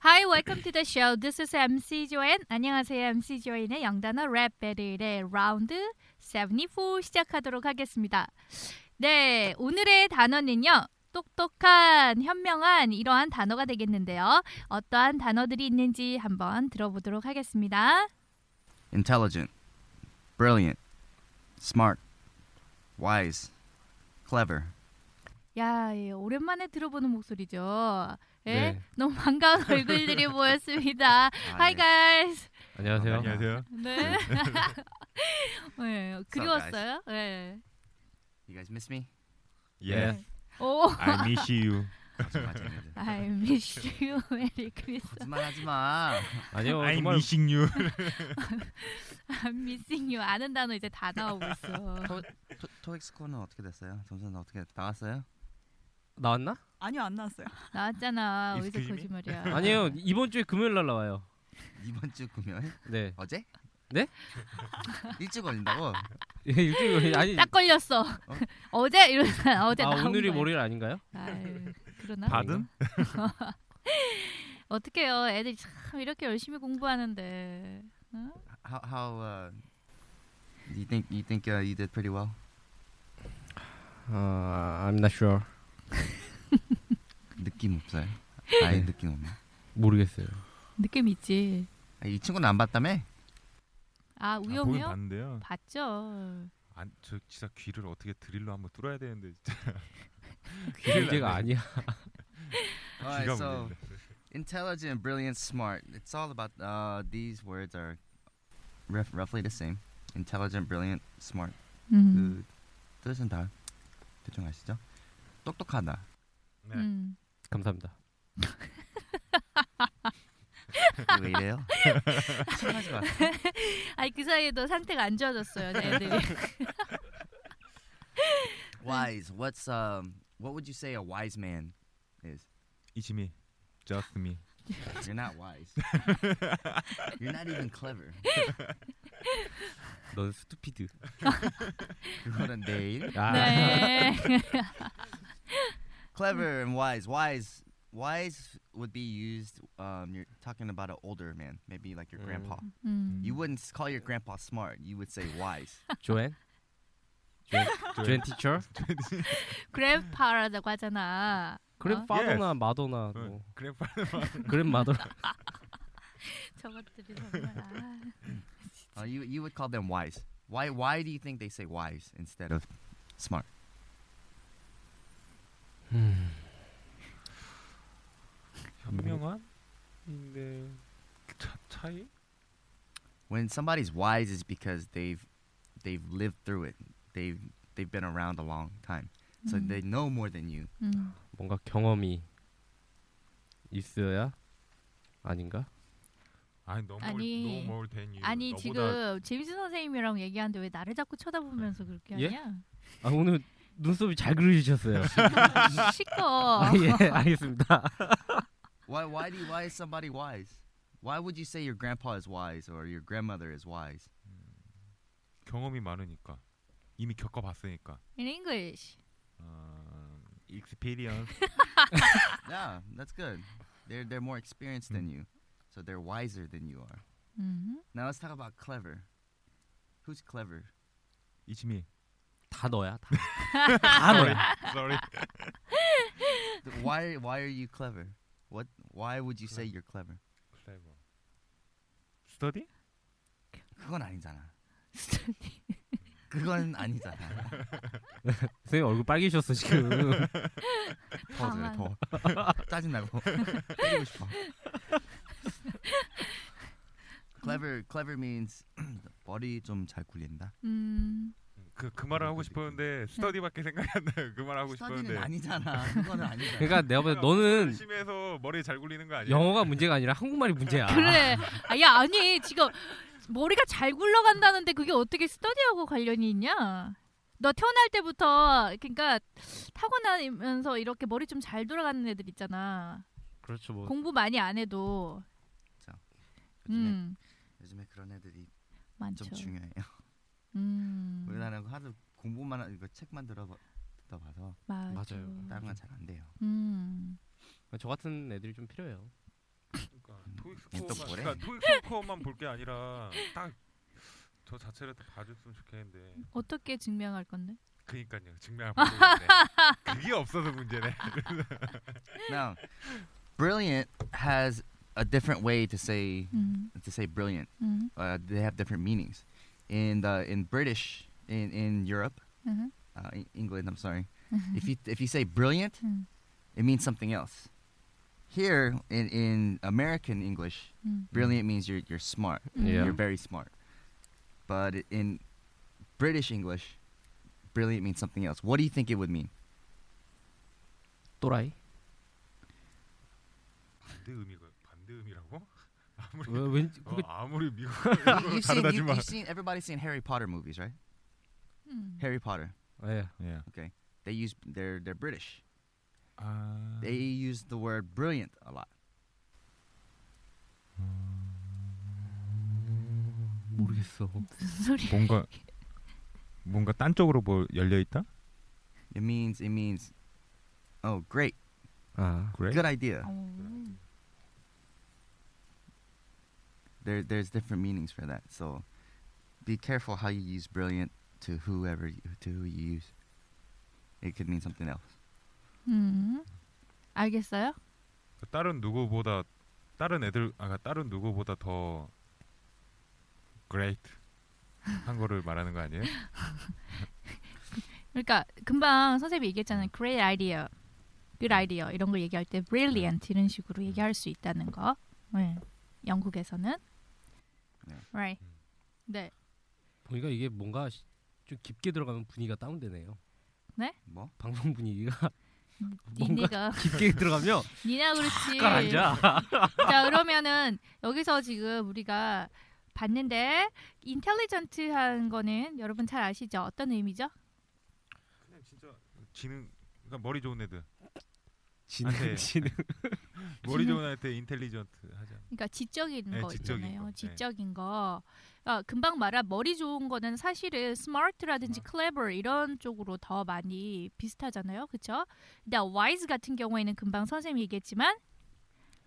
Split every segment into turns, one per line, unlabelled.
Hi, welcome to the show. This is MC Joanne. 안녕하세요. MC Joanne의 영단어 랩 배틀의 라운드 74 시작하도록 하겠습니다. 네, 오늘의 단어는요. 똑똑한, 현명한 이러한 단어가 되겠는데요. 어떠한 단어들이 있는지 한번 들어보도록 하겠습니다.
intelligent, brilliant, smart, wise, clever.
야, 예, 오랜만에 들어보는 목소리죠. 예? 너무 반가운 얼굴들이 모였습니다. Hi guys.
아, 안녕하세요.
안녕하세요.
네. 네, 그리웠어요? 네.
You guys miss me?
예.
네.
오.
I miss you.
I miss you, Merry Christmas.
거짓말하지 마.
아니요.
I'm
정말
missing you.
I'm missing you. 아는 단어 이제 다 나오고 있어.
토, 토익 스코어는 어떻게 됐어요? 점수는 어떻게 나왔어요?
나왔나?
아니요 안 나왔어요.
나왔잖아. 어디서
Excuse me?
거짓말이야.
아니요. 이번 주에 금요일 날 나와요.
이번 주 금요일?
네.
어제?
네?
일찍 걸린다고?
일주일 아니.
딱 걸렸어. 어제 이러다 어제
아
나온
오늘이
거야.
월요일 아닌가요?
아유, 그러나?
받음?
어떡해요. 애들이 참 이렇게 열심히 공부하는데. 응?
How how uh, you think you think uh, you did pretty well?
아, I'm not sure.
느낌 없어요? 아예 느낌 없나?
모르겠어요.
느낌 있지.
아, 이 친구는 안 봤다며?
아,
아, 보긴
우영이요?
봤는데요.
봤죠.
안, 저 진짜 귀를 어떻게 드릴로 한번 뚫어야 되는데 진짜
그 문제가 아니야.
Alright,
귀가
so
문제인데.
intelligent, brilliant, smart. It's all about uh, these words are rough, roughly the same. Intelligent, brilliant, smart.
음.
그 뜻은 다 대충 아시죠? 똑똑하다.
네.
음.
감사합니다.
왜 이래요? 하지 마.
아니 그 사이에도 상태가 안 좋아졌어요. 네, 애들이.
Wise. What's um? What would you say a wise man is?
이지미, just me.
You're not wise. You're not even clever.
넌 스투피드.
그거는 내일.
아.
네.
Clever and wise. Wise. Wise would be used. Um, you're talking about an older man, maybe like your
Mm.
grandpa.
음.
You wouldn't s- call your grandpa smart. You would say wise.
조앤. 조앤. 조앤 티처.
그랜파라고 하잖아.
그랜
어?
파더나 마더나
응,
뭐.
어, 그래 빨리
그랜 마더.
저것들이 정말 아.
Uh, you you would call them wise. Why why do you think they say wise instead of smart?
현명한? 인데 차, 차이?
when somebody's wise is because they've they've lived through it. They've they've been around a long time. So
Mm.
they know more than you.
음.
뭔가 경험이 있어야 아닌가?
아니 너무
아니,
아니, 너무 된 이유.
아니
너보다
지금 제임스 선생님이랑 얘기하는데 왜 나를 자꾸 쳐다보면서 그렇게
예?
하냐?
아 오늘 눈썹이 잘 그려지셨어요.
시끄.
아, 예, 알겠습니다.
Why why do you, why is somebody wise? Why would you say your grandpa is wise or your grandmother is wise?
경험이 많으니까 이미 겪어봤으니까.
In English.
음, experience.
Yeah, that's good. They're they're more experienced than you. So they're wiser than you are.
음.
Now let's talk about clever. Who's clever?
이지미.
다 너야. 다, 다 너야.
Sorry.
Th- why why are you clever? What why would you say you're clever?
clever. study?
그건 아니잖아. 그건 아니잖아.
선생님 얼굴 빨개지셨어 지금.
더워져요
가만.
더워. 짜증나고 때리고 싶어. clever clever means 머리 좀 잘 굴린다.
음,
그 그 말을 하고 싶었는데 study밖에 생각이 안 나요. 그 말 하고 싶었는데.
스터디는 아니잖아. 그거는 아니잖아.
그러니까 내가 보다 너는
심해서 머리 잘 굴리는 거 아니야?
영어가 문제가 아니라 한국말이 문제야.
그래. 아, 야 아니 지금 머리가 잘 굴러간다는데 그게 어떻게 스터디하고 관련이 있냐? 너 태어날 때부터 그러니까 타고나면서 이렇게 머리 좀 잘 돌아가는 애들 있잖아.
그렇죠 뭐.
공부 많이 안 해도.
요즘에
음,
요즘에 그런 애들이
많죠.
좀 중요해요.
음,
우리나라는 하도 공부만 하- 이거 책만 들어 듣다 봐서
맞아.
맞아요.
다른 건 잘 안 돼요.
음,
저 같은 애들이 좀 필요해요.
그러니까 토익
또
스코어만
뭐래?
그러니까 토익 스코어만 볼 게 아니라 딱 저 자체를 또 봐줬으면 좋겠는데.
어떻게 증명할 건데?
그니까요. 증명할 방법인데 그게 없어서 문제네.
Now, brilliant has a different way to say
음,
to say brilliant.
음,
Uh, they have different meanings. In the in British in in Europe,
음,
uh, E- England, I'm sorry. if you if you say brilliant,
음,
it means something else. Here in in American English,
음.
brilliant means you're you're smart.
Yeah.
You're very smart. But in British English, brilliant means something else. What do you think it would mean?
또라이?
반대 의미가 반대 의미라고?
왜, 왠지
어,
그거
아무리 미국
You- you've, seen,
다르다지만.
you, you've seen everybody's seen Harry Potter movies, right?
음.
Harry Potter.
예.
예.
They use they're they're British.
아.
They use the word brilliant a lot.
모르겠어.
무슨 소리?
뭔가 뭔가 딴 쪽으로 뭐 열려 있다?
It means it means oh great,
아
그래?
good idea.
어.
There there's different meanings for that. So be careful how you use brilliant to whoever you, to who you use. It could mean something else.
음. 알겠어요?
다른 누구보다 다른 애들 아까 다른 누구보다 더 great 한 거를 말하는 거 아니에요?
그러니까 금방 선생님이 얘기했잖아요. great idea, good idea 이런 걸 얘기할 때 brilliant 이런 식으로 얘기할 수 있다는 거. 네. 영국에서는.
네.
Right.
음.
네.
보니까 이게 뭔가 시- 좀 깊게 들어가면 분위기가 다운되네요.
뭐?
방송 분위기가 뭔가
니네가
깊게 들어가면
니나 그렇지.
깔아앉아.
자 그러면은 여기서 지금 우리가 봤는데 인텔리전트한 거는 여러분 잘 아시죠? 어떤 의미죠?
그냥 진짜 지능 그러니까 머리 좋은 애들
지능
네.
지능.
머리 좋은 애한테 intelligent 하자.
그러니까 지적인
네,
거
지적인
있잖아요.
거. 네.
지적인 거. 아, 금방 말한 머리 좋은 거는 사실은 smart라든지
음.
clever 이런 쪽으로 더 많이 비슷하잖아요. 그렇죠? 근데 wise 같은 경우에는 금방 선생님이 얘기했지만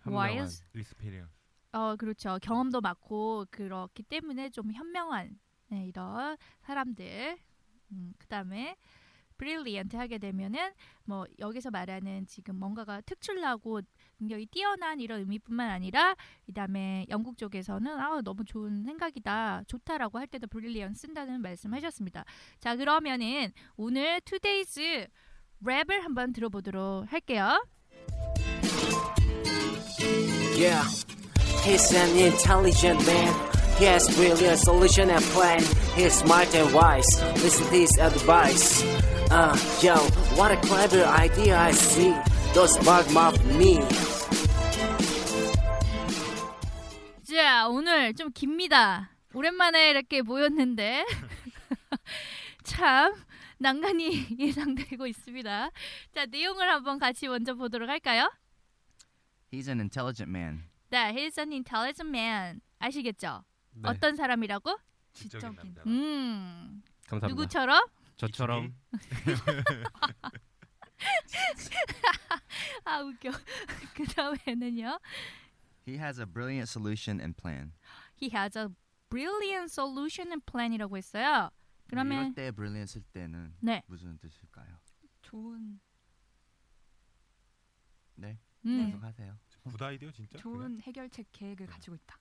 wise
experience.
어 그렇죠. 경험도 많고 그렇기 때문에 좀 현명한 네, 이런 사람들. 음, 그다음에 brilliant 하게 되면은 뭐 여기서 말하는 지금 뭔가가 특출나고 굉장히 뛰어난 이런 의미뿐만 아니라 그다음에 영국 쪽에서는 아 너무 좋은 생각이다 좋다라고 할 때도 brilliant 쓴다는 말씀하셨습니다. 자 그러면은 오늘 today's 랩을 한번 들어보도록 할게요.
Yeah, he's an intelligent man. He has brilliant solution and plan. He's smart and wise. Listen to his advice. Uh, yo, what a clever idea I see. Those smart mob me.
자 오늘 좀 깁니다. 오랜만에 이렇게 모였는데 참 난간이 예상되고 있습니다. 자 내용을 한번 같이 먼저 보도록 할까요?
He's an intelligent man.
네, he's an intelligent man. 아시겠죠?
네.
어떤 사람이라고?
지적인 남자.
음
감사합니다.
누구처럼?
저처럼
아 웃겨. 그 다음에는요.
He has a brilliant solution and plan.
He has a brilliant solution and plan이라고 했어요.
이럴
그러면
때 brilliant 쓸 때는
네
무슨 뜻일까요?
좋은
네,
음,
계속 하세요.
굿 아이디어 진짜.
좋은 해결책 계획을 가지고 있다.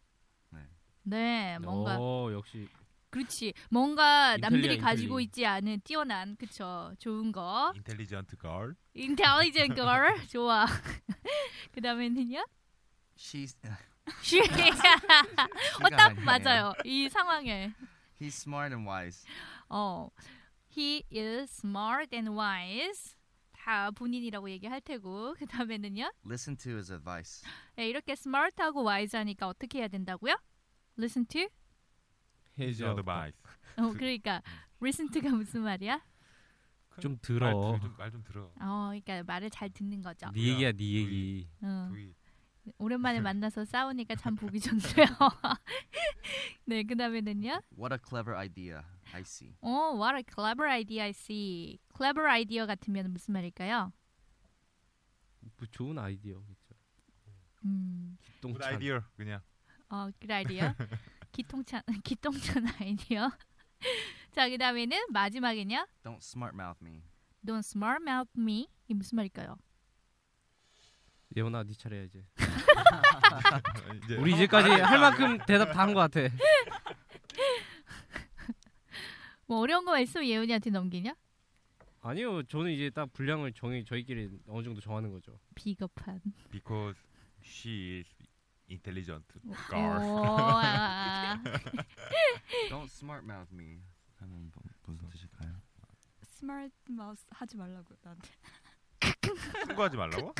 네.
네, 뭔가
어, 역시
그렇지. 뭔가
인텔리야,
남들이
인텔리.
가지고 있지 않은 뛰어난 그쵸 좋은 거.
인텔리전트 걸.
Intelligent girl 좋아. 그 다음에는요.
She's
어딱 맞아요. 이 상황에.
He's smart and wise.
어, he is smart and wise. 다 본인이라고 얘기할 테고 그 다음에는요.
Listen to his advice.
네, 이렇게 smart하고 wise하니까 어떻게 해야 된다고요? Listen to?
His advice.
어,
드-
그러니까
음.
listen to가 무슨 말이야?
좀
말좀말
들어.
좀 들어.
어, 그러니까 말을 잘 듣는 거죠. 음.
네 얘기야, 네 얘기.
응.
도이.
오랜만에 만나서 싸우니까 참 보기 좋네요. 네, 그 다음에는요.
What a clever idea. I see.
어, what a clever idea I see. clever idea 같으면 무슨 말일까요?
뭐 좋은 아이디어겠죠.
음,
굿
똥찬.
아이디어 그냥.
어, good idea. 기통찬, 기통찬 아이디어. 자, 그 다음에는 마지막에는요.
Don't smart mouth me.
Don't smart mouth me. 이 무슨 말일까요?
예원아, 네 차례야 이제.
이제
우리 이제까지 할 만큼 대답 다 한 것 같아.
뭐 어려운 거만 있으면 예은이한테 넘기냐?
아니요, 저는 이제 딱 분량을 정해 저희끼리 어느 정도 정하는 거죠.
비겁한.
because she is intelligent
어.
girl.
오, 아,
Don't smart mouth me. 하면 뭐, 무슨 뜻일까요?
스마트 마우스 하지 말라고 나한테.
충고하지 말라고?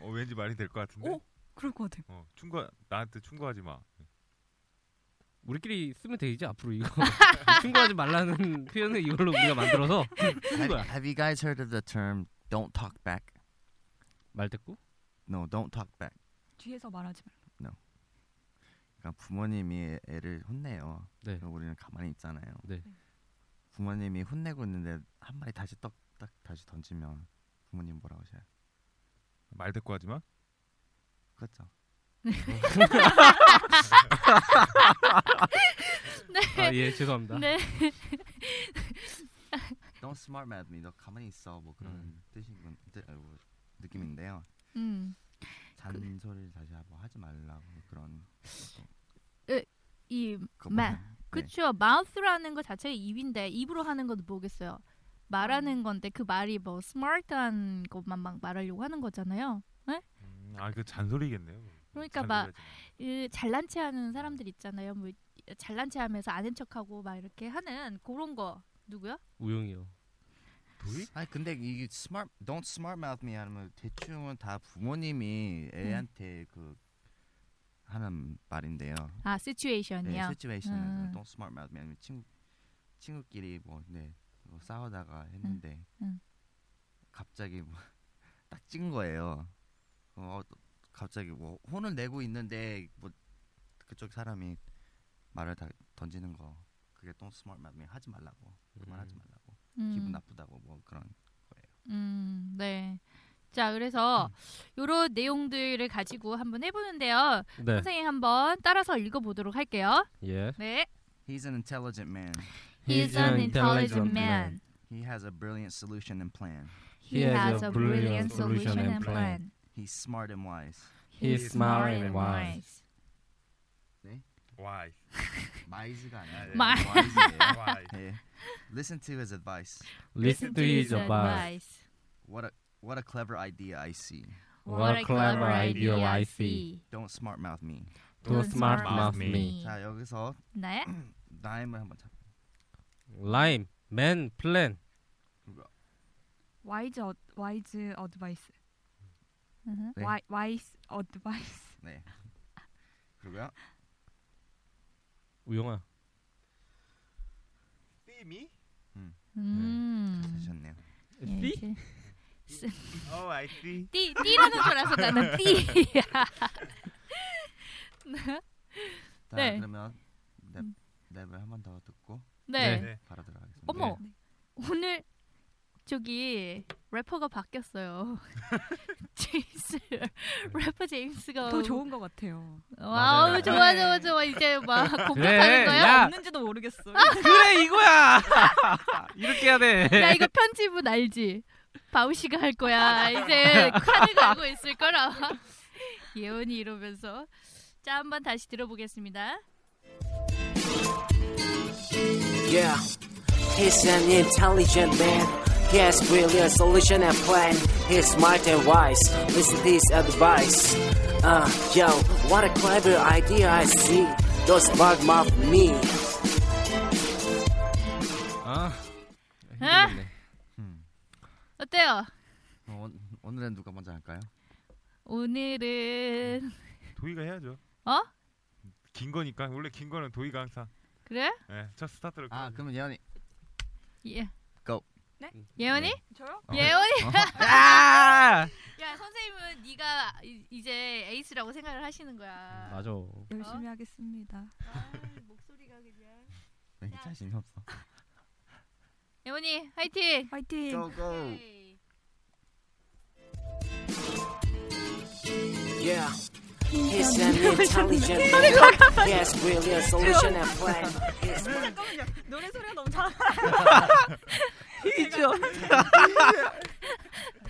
어, 왠지 말이 될 것 같은데.
오, 그럴 것 같아.
어, 충고 나한테 충고하지 마.
우리끼리 쓰면 되지 앞으로 이거. 충고하지 말라는 표현을 이걸로 우리가 만들어서 쓰는
Have,
거야.
have you guys heard of the term "don't talk back"?
말대꾸?
No, don't talk back.
뒤에서 말하지 말라.
그러니까 부모님이 애를 혼내요.
네.
그럼 우리는 가만히 있잖아요.
네.
부모님이 혼내고 있는데 한 마리 다시 떡딱 다시 던지면 부모님 뭐라고 하셔요?
말 대꾸하지 마.
그렇죠.
아, 예, 죄송합니다.
네.
Don't smart mouth me. 너 가만히 있어. 뭐 그런
음.
뜻인 건 뜻- 아, 뭐 느낌인데요.
음.
잔소리를 다시 뭐 하지 말라고 그런.
이
그거
마-
보면, 네.
그쵸 마우스라는 것 자체가 입인데 입으로 하는 것도 뭐겠어요 말하는 건데 그 말이 뭐 스마트한 것만 막 말하려고 하는 거잖아요
음, 아그 잔소리겠네요.
그러니까 막- 그 잘난 체하는 사람들 있잖아요 뭐 잘난 체하면서 아는 척하고 막 이렇게 하는 그런 거 누구야
우영이요.
도이?
아니 근데 이게 smart don't smart mouth me 하면 대충은 다 부모님이 애한테 그 하는 말인데요.
아
네,
시츄에이션이요
situation
음.
don't smart mouth me 아니면 친구 친구끼리 뭐네 뭐 싸우다가 했는데
음.
갑자기 뭐 딱 찐 거예요. 어 갑자기 뭐 혼을 내고 있는데 뭐 그쪽 사람이 말을 다 던지는 거 그게 don't smart mouth me 하지 말라고 그만하지 말라고 기분 나쁘다고 뭐 그런
음, 네. 자 그래서 요런 내용들을 가지고 한번 해보는데요
네.
선생님 한번 따라서 읽어보도록 할게요
예.
네
He's an intelligent man.
He's an intelligent man.
He has a brilliant solution and plan.
He has a brilliant solution and plan.
He's smart and wise.
He's smart and wise.
Why?
마이즈가 아니에요.
마-
마이즈예요.
Why?
예. Listen to his advice.
Listen to his advice.
What a what a clever idea I see.
What a clever idea I see.
Don't smart mouth me.
Don't smart mouth
음.
me.
자 여기서
네.
라임을 한번 잡.
Lime, man, plan.
와이즈 어, 와이즈 어드바이스.
으흠.
네.
와이 와이스 어드바이스.
네. 그리고요.
우영아.
See me?
음.
되셨네요.
예, 이제.
Oh, I see.
띠 띠라는 줄 알아서 나는 띠.
자
네.
그러면 랩
음.
랩을 한번 더 듣고
네.
네.
바로 들어가겠습니다.
어머 오늘 저기 래퍼가 바뀌었어요. 제임스 래퍼 제임스가
더 좋은 것 같아요.
와우
맞아요. 네.
좋아 좋아 좋아 이제 막 공격하는
그래,
네. 거야.
야.
없는지도 아! 모르겠어요.
그래 이거야. 이렇게 해야 돼.
야 이거 편집은 알지? 바우 씨가 할 거야. 이제 칸을 들고 있을 거라. 예언이 이러면서 자 한번 다시 들어보겠습니다.
Yeah, he's an intelligent man. He has brilliant solution and plan. He's smart and wise. Listen to his advice. Uh, yo, what a clever idea I see. Don't smart mouth me.
아
아!
힘들겠네.
어때요?
어, 음. 오늘은 누가 먼저 할까요?
오늘은
도희가 해야죠.
어?
긴 거니까 원래 긴 거는 도희가 항상
그래?
예, 첫 스타트를
아
끊어야죠.
그러면 예언이
예.
Go.
네?
음,
예언이?
저요?
어.
예언이?
어?
아!
야 선생님은 네가 이- 이제 에이스라고 생각을 하시는 거야. 어?
맞아.
열심히 하겠습니다.
아이, 목소리가 그냥. 네.
왜 이렇게 자신이 없어?
예언이 화이팅.
파이팅.
Go go.
음.
오케이.
Yeah. He's an intelligent man. He has brilliant solution and plan. He's
노래 소리가 너무 잘.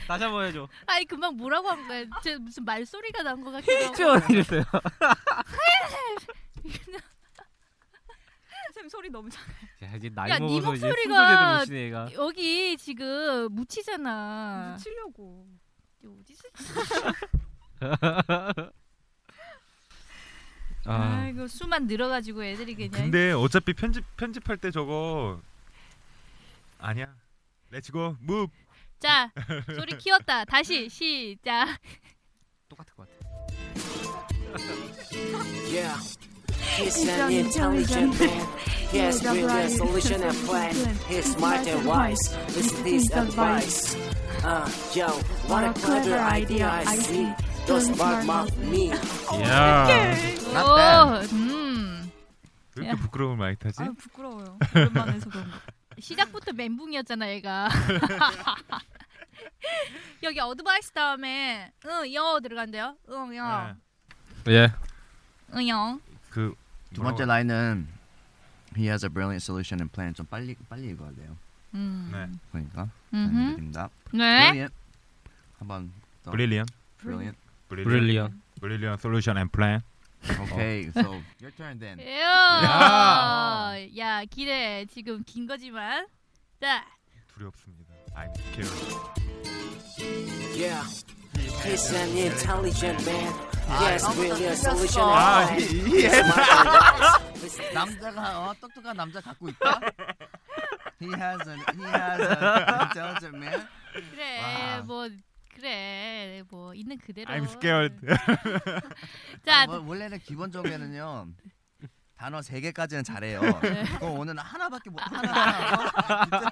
다시 한번 해줘.
아니 금방 뭐라고 한 거야? 저 무슨 말소리가 난 것 같기도 하고.
쭈 이랬어요.
선생님 소리 너무 잘.
야, 아, 이제 나이
야, 네
먹어서 이제
목소리가-
순서대로 오시네
어?
얘가.
여기 지금 묻히잖아.
묻히려고.
어디서?
아,
아이고 수만 늘어가지고 애들이 그냥.
근데 어차피 편집 편집할 때 저거 아니야. 렛츠고 무브.
자 소리 키웠다. 다시 시작.
똑같을 것 같아.
Yeah. He's an intelligent man. He has brilliant solution and plan. He's smart and wise. Listen to his advice. Uh, yo, what a clever idea I see. Don't smart mouth me.
이야.
Not
오, 음.
왜 어, 이렇게 부끄러움을 많이 타지?
아 부끄러워요. 오랜만에 해서 그런 거.
시작부터 멘붕이었잖아 얘가. 여기 어드바이스 다음에 응 영어 들어간대요. 응 영어.
예.
응 영어.
두 번째
그두
라인은 He has a brilliant solution and plan. 좀 빨리 빨리 읽어야 돼요.
음.
네.
그러니까
음흠.
드립니다.
네.
Brilliant. 한번 더.
브릴리언.
Brilliant.
브릴리언.
브릴리언 솔루션 앤 플랜.
Okay, so your turn then.
에요. 야. 기대 지금 긴 거지만. 자.
두렵습니다. I care.
Yeah. He's an intelligent man. He has brilliant solution
아,
and plan. He's smart and wise. Listen to
남자가 어, 똑똑한 남자 갖고 있다. he has an he has an intelligent man.
그래
와.
뭐 그래 뭐 있는 그대로.
I'm scared. 아,
자.
뭐,
뭐,
원- 원래는 기본 적에는요 단어 세 개까지는 잘해요.
네.
그거 오늘 하나밖에 못 하나. 어, 진짜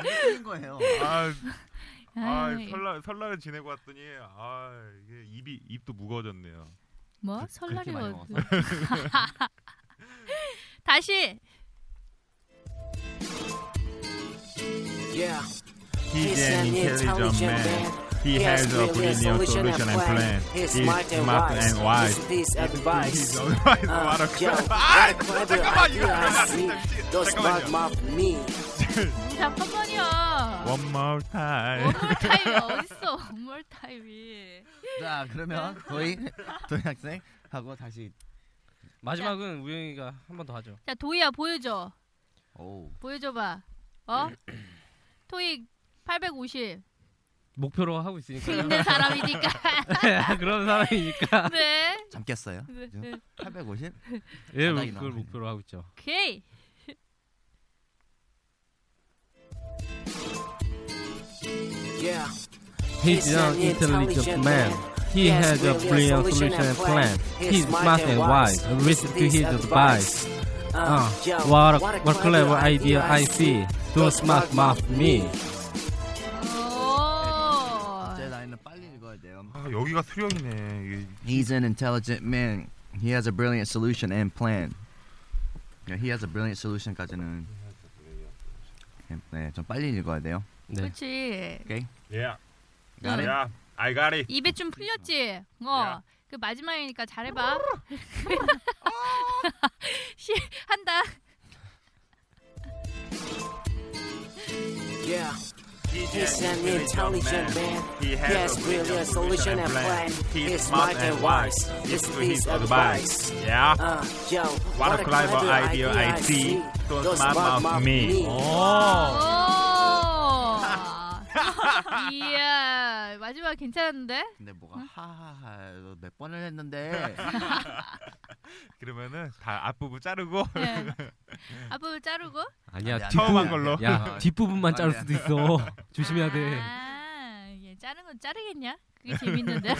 틀린 거예요.
아, 아
아이,
설날 설날을 지내고 왔더니 아 이게 입이 입도 무거워졌네요.
뭐 설날이
많이
왔어. 다시.
Yeah.
He's an intelligent man. He has a brilliant solution and plan. He's smart and wise.
Listen to his advice.
He's always
Uh,
what a
yo,
clever- Ah, 잠깐만, 이거
what a clever idea I see. Don't
잠깐만요.
smart mouth me.
잠깐만요.
One more time.
원몰 타임이 어딨어? 원몰 타임이.
자 그러면 도희 도희 학생 하고 다시
마지막은 우영이가 한 번 더 하죠.
자 도희야 보여줘.
오
보여줘봐. 어? 토익 850.
목표로 하고
그
있으니까.
있는 사람이니까.
네, 그런 사람이니까.
네.
잠겠어요.
네,
지금?
네.
850.
예,
바닥이
그걸
나오네.
목표로 하고 있죠.
오케이.
Yeah.
He's an intelligent man. He has a brilliant solution and plan. He's smart and wise. Listen to his advice.
Uh,
Ah,
yo,
what, a, what clever idea I see. Don't smart mouth me.
오.
제 라인은 빨리 읽어야 돼요.
아, 여기가 수령이네. 이게
He's an intelligent man. He has a brilliant solution and plan. Yeah, he has a brilliant solution까지는 네, 좀 빨리 읽어야 돼요.
네.
그렇지.
Yeah,
got it.
yeah, I got it.
입에 좀 풀렸지. 어.
야.
그 마지막이니까 잘해봐. 시 한다.
Yeah. He's an intelligent man. He has really a solution and plan. He's smart and wise. Listen to his advice.
Yeah.
Uh, yo,
What a clever idea I see. Don't smart mouth me.
Oh.
오.
오. 이야 마지막 괜찮은데?
근데 뭐가 하하하 너몇 번을 했는데
그러면은 다 앞부분 자르고
예. 앞을 자르고.
아니야.
아니, 아니,
처음 한
아니,
걸로.
아니,
야, 뒷부분만 자를 수도 있어. 조심해야 돼.
아, 예, 자른 건 자르겠냐? 그게 재밌는데.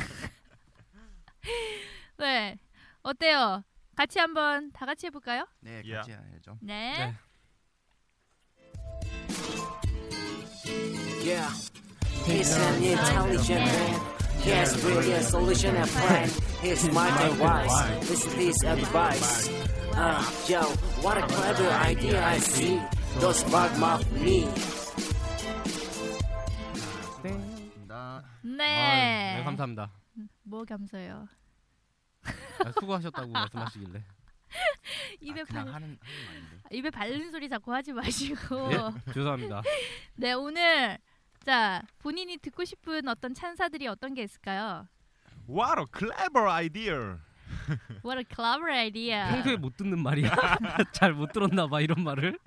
왜? 어때요? 같이 한번 다 같이 해볼까요?
네
Yeah.
같이 해야죠
네.
Yeah. He's an intelligent man. He has really a solution and plan. He's smart and wise. Listen to his advice. Uh, yo, what a clever idea I see. Don't spark mock me.
고맙습니다
네.
아유, 네, 감사합니다.
뭐 감사해요.
아, 수고하셨다고 말씀하시길래.
입에
아,
발
그냥 하는 하는 말인데
입에 바른 소리 자꾸 하지 마시고.
예, 죄송합니다.
네 오늘 자 본인이 듣고 싶은 어떤 찬사들이 어떤 게 있을까요?
What a clever idea.
What a clever idea.
평소에 못 듣는 말이야. 잘 못 들었나 봐 이런 말을.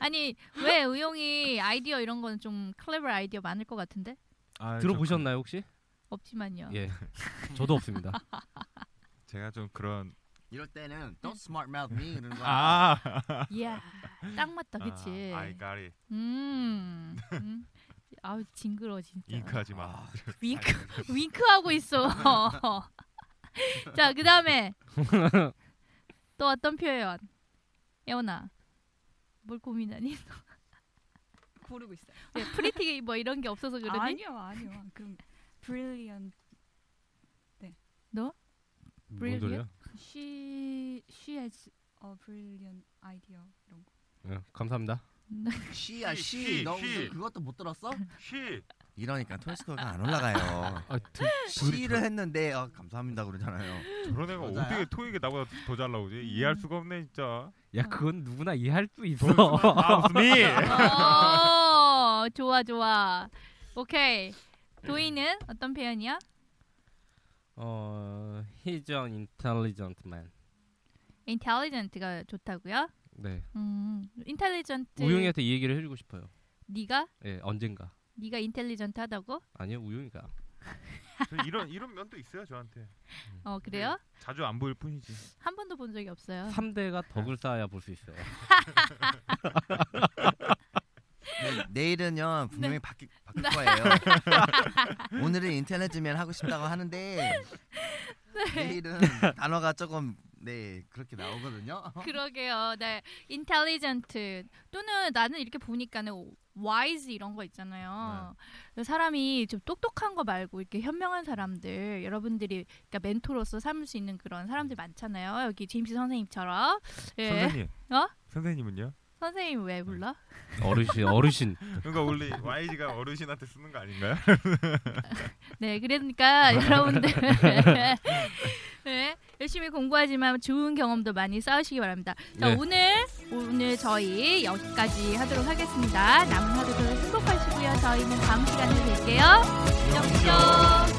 아니 왜 의용이 아이디어 이런 건 좀 클레버 아이디어 많을 것 같은데
아, 저
들어보셨나요 혹시?
없지만요.
예. 저도 없습니다.
그- 제가 좀 그런
이럴 때는 Don't smart mouth me 이런 거
아,
이야 딱 맞다 그치.
아, I got it.
음. 음. 아우 징그러 진짜.
잉크하지 마.
아.
윙크 윙크하고 있어. 자 그다음에 또 어떤 표현? 예원아 뭘 고민하니?
고르고 있어요.
왜 프리티 뭐 이런 게 없어서 그러니?
아니요, 아니요. 그럼 brilliant. 네.
뭔 소리야?
She she has
어, brilliant idea 이런 거.
예, 감사합니다.
시야
시,
아, 시너
시.
그것도 못 들었어?
시.
이러니까 토이스코어가 안 올라가요
아, 드,
시를 했는데 아, 감사합니다 그러잖아요
저런 애가
여자야?
어떻게 토익이 나보다 더 잘
음.
나오지? 이해할 수가 없네 진짜.
야 그건 누구나 이해할 수 있어.
아, 무슨 미?
어 좋아 좋아 오케이 도희는 어떤 표현이야?
어, he's an intelligent man.
intelligent가 좋다고요?
네.
음 intelligent
우영이한테 이 얘기를 해주고 싶어요.
네가
예, 언젠가.
네가 intelligent하다고?
아니요, 우영이가.
저 이런 이런 면도 있어요 저한테.
어 그래요?
자주 안 보일 뿐이지.
한 번도 본 적이 없어요.
3대가 덕을 쌓아야 볼 수 있어요.
네, 내일은요 분명히 바뀔, 바뀔 거예요 오늘은 인텔리지면 하고 싶다고 하는데 내일은 단어가 조금 네 그렇게 나오거든요
그러게요. 네, intelligent 또는 나는 이렇게 보니까는 wise 이런 거 있잖아요.
네.
사람이 좀 똑똑한 거 말고 이렇게 현명한 사람들 여러분들이 그러니까 멘토로서 삼을 수 있는 그런 사람들 많잖아요. 여기 제임스 선생님처럼. 예.
음. 선생님.
어?
선생님은요?
선생님 왜 불러?
어르신, 어르신.
그러니까 원래 YG가 어르신한테 쓰는 거 아닌가요?
네, 그러니까 여러분들 네, 열심히 공부하지만 좋은 경험도 많이 쌓으시기 바랍니다. 자,
네.
오늘 오늘 저희 여기까지 하도록 하겠습니다. 남은 하루도 행복하시고요. 저희는 다음 시간에 뵐게요. 안녕.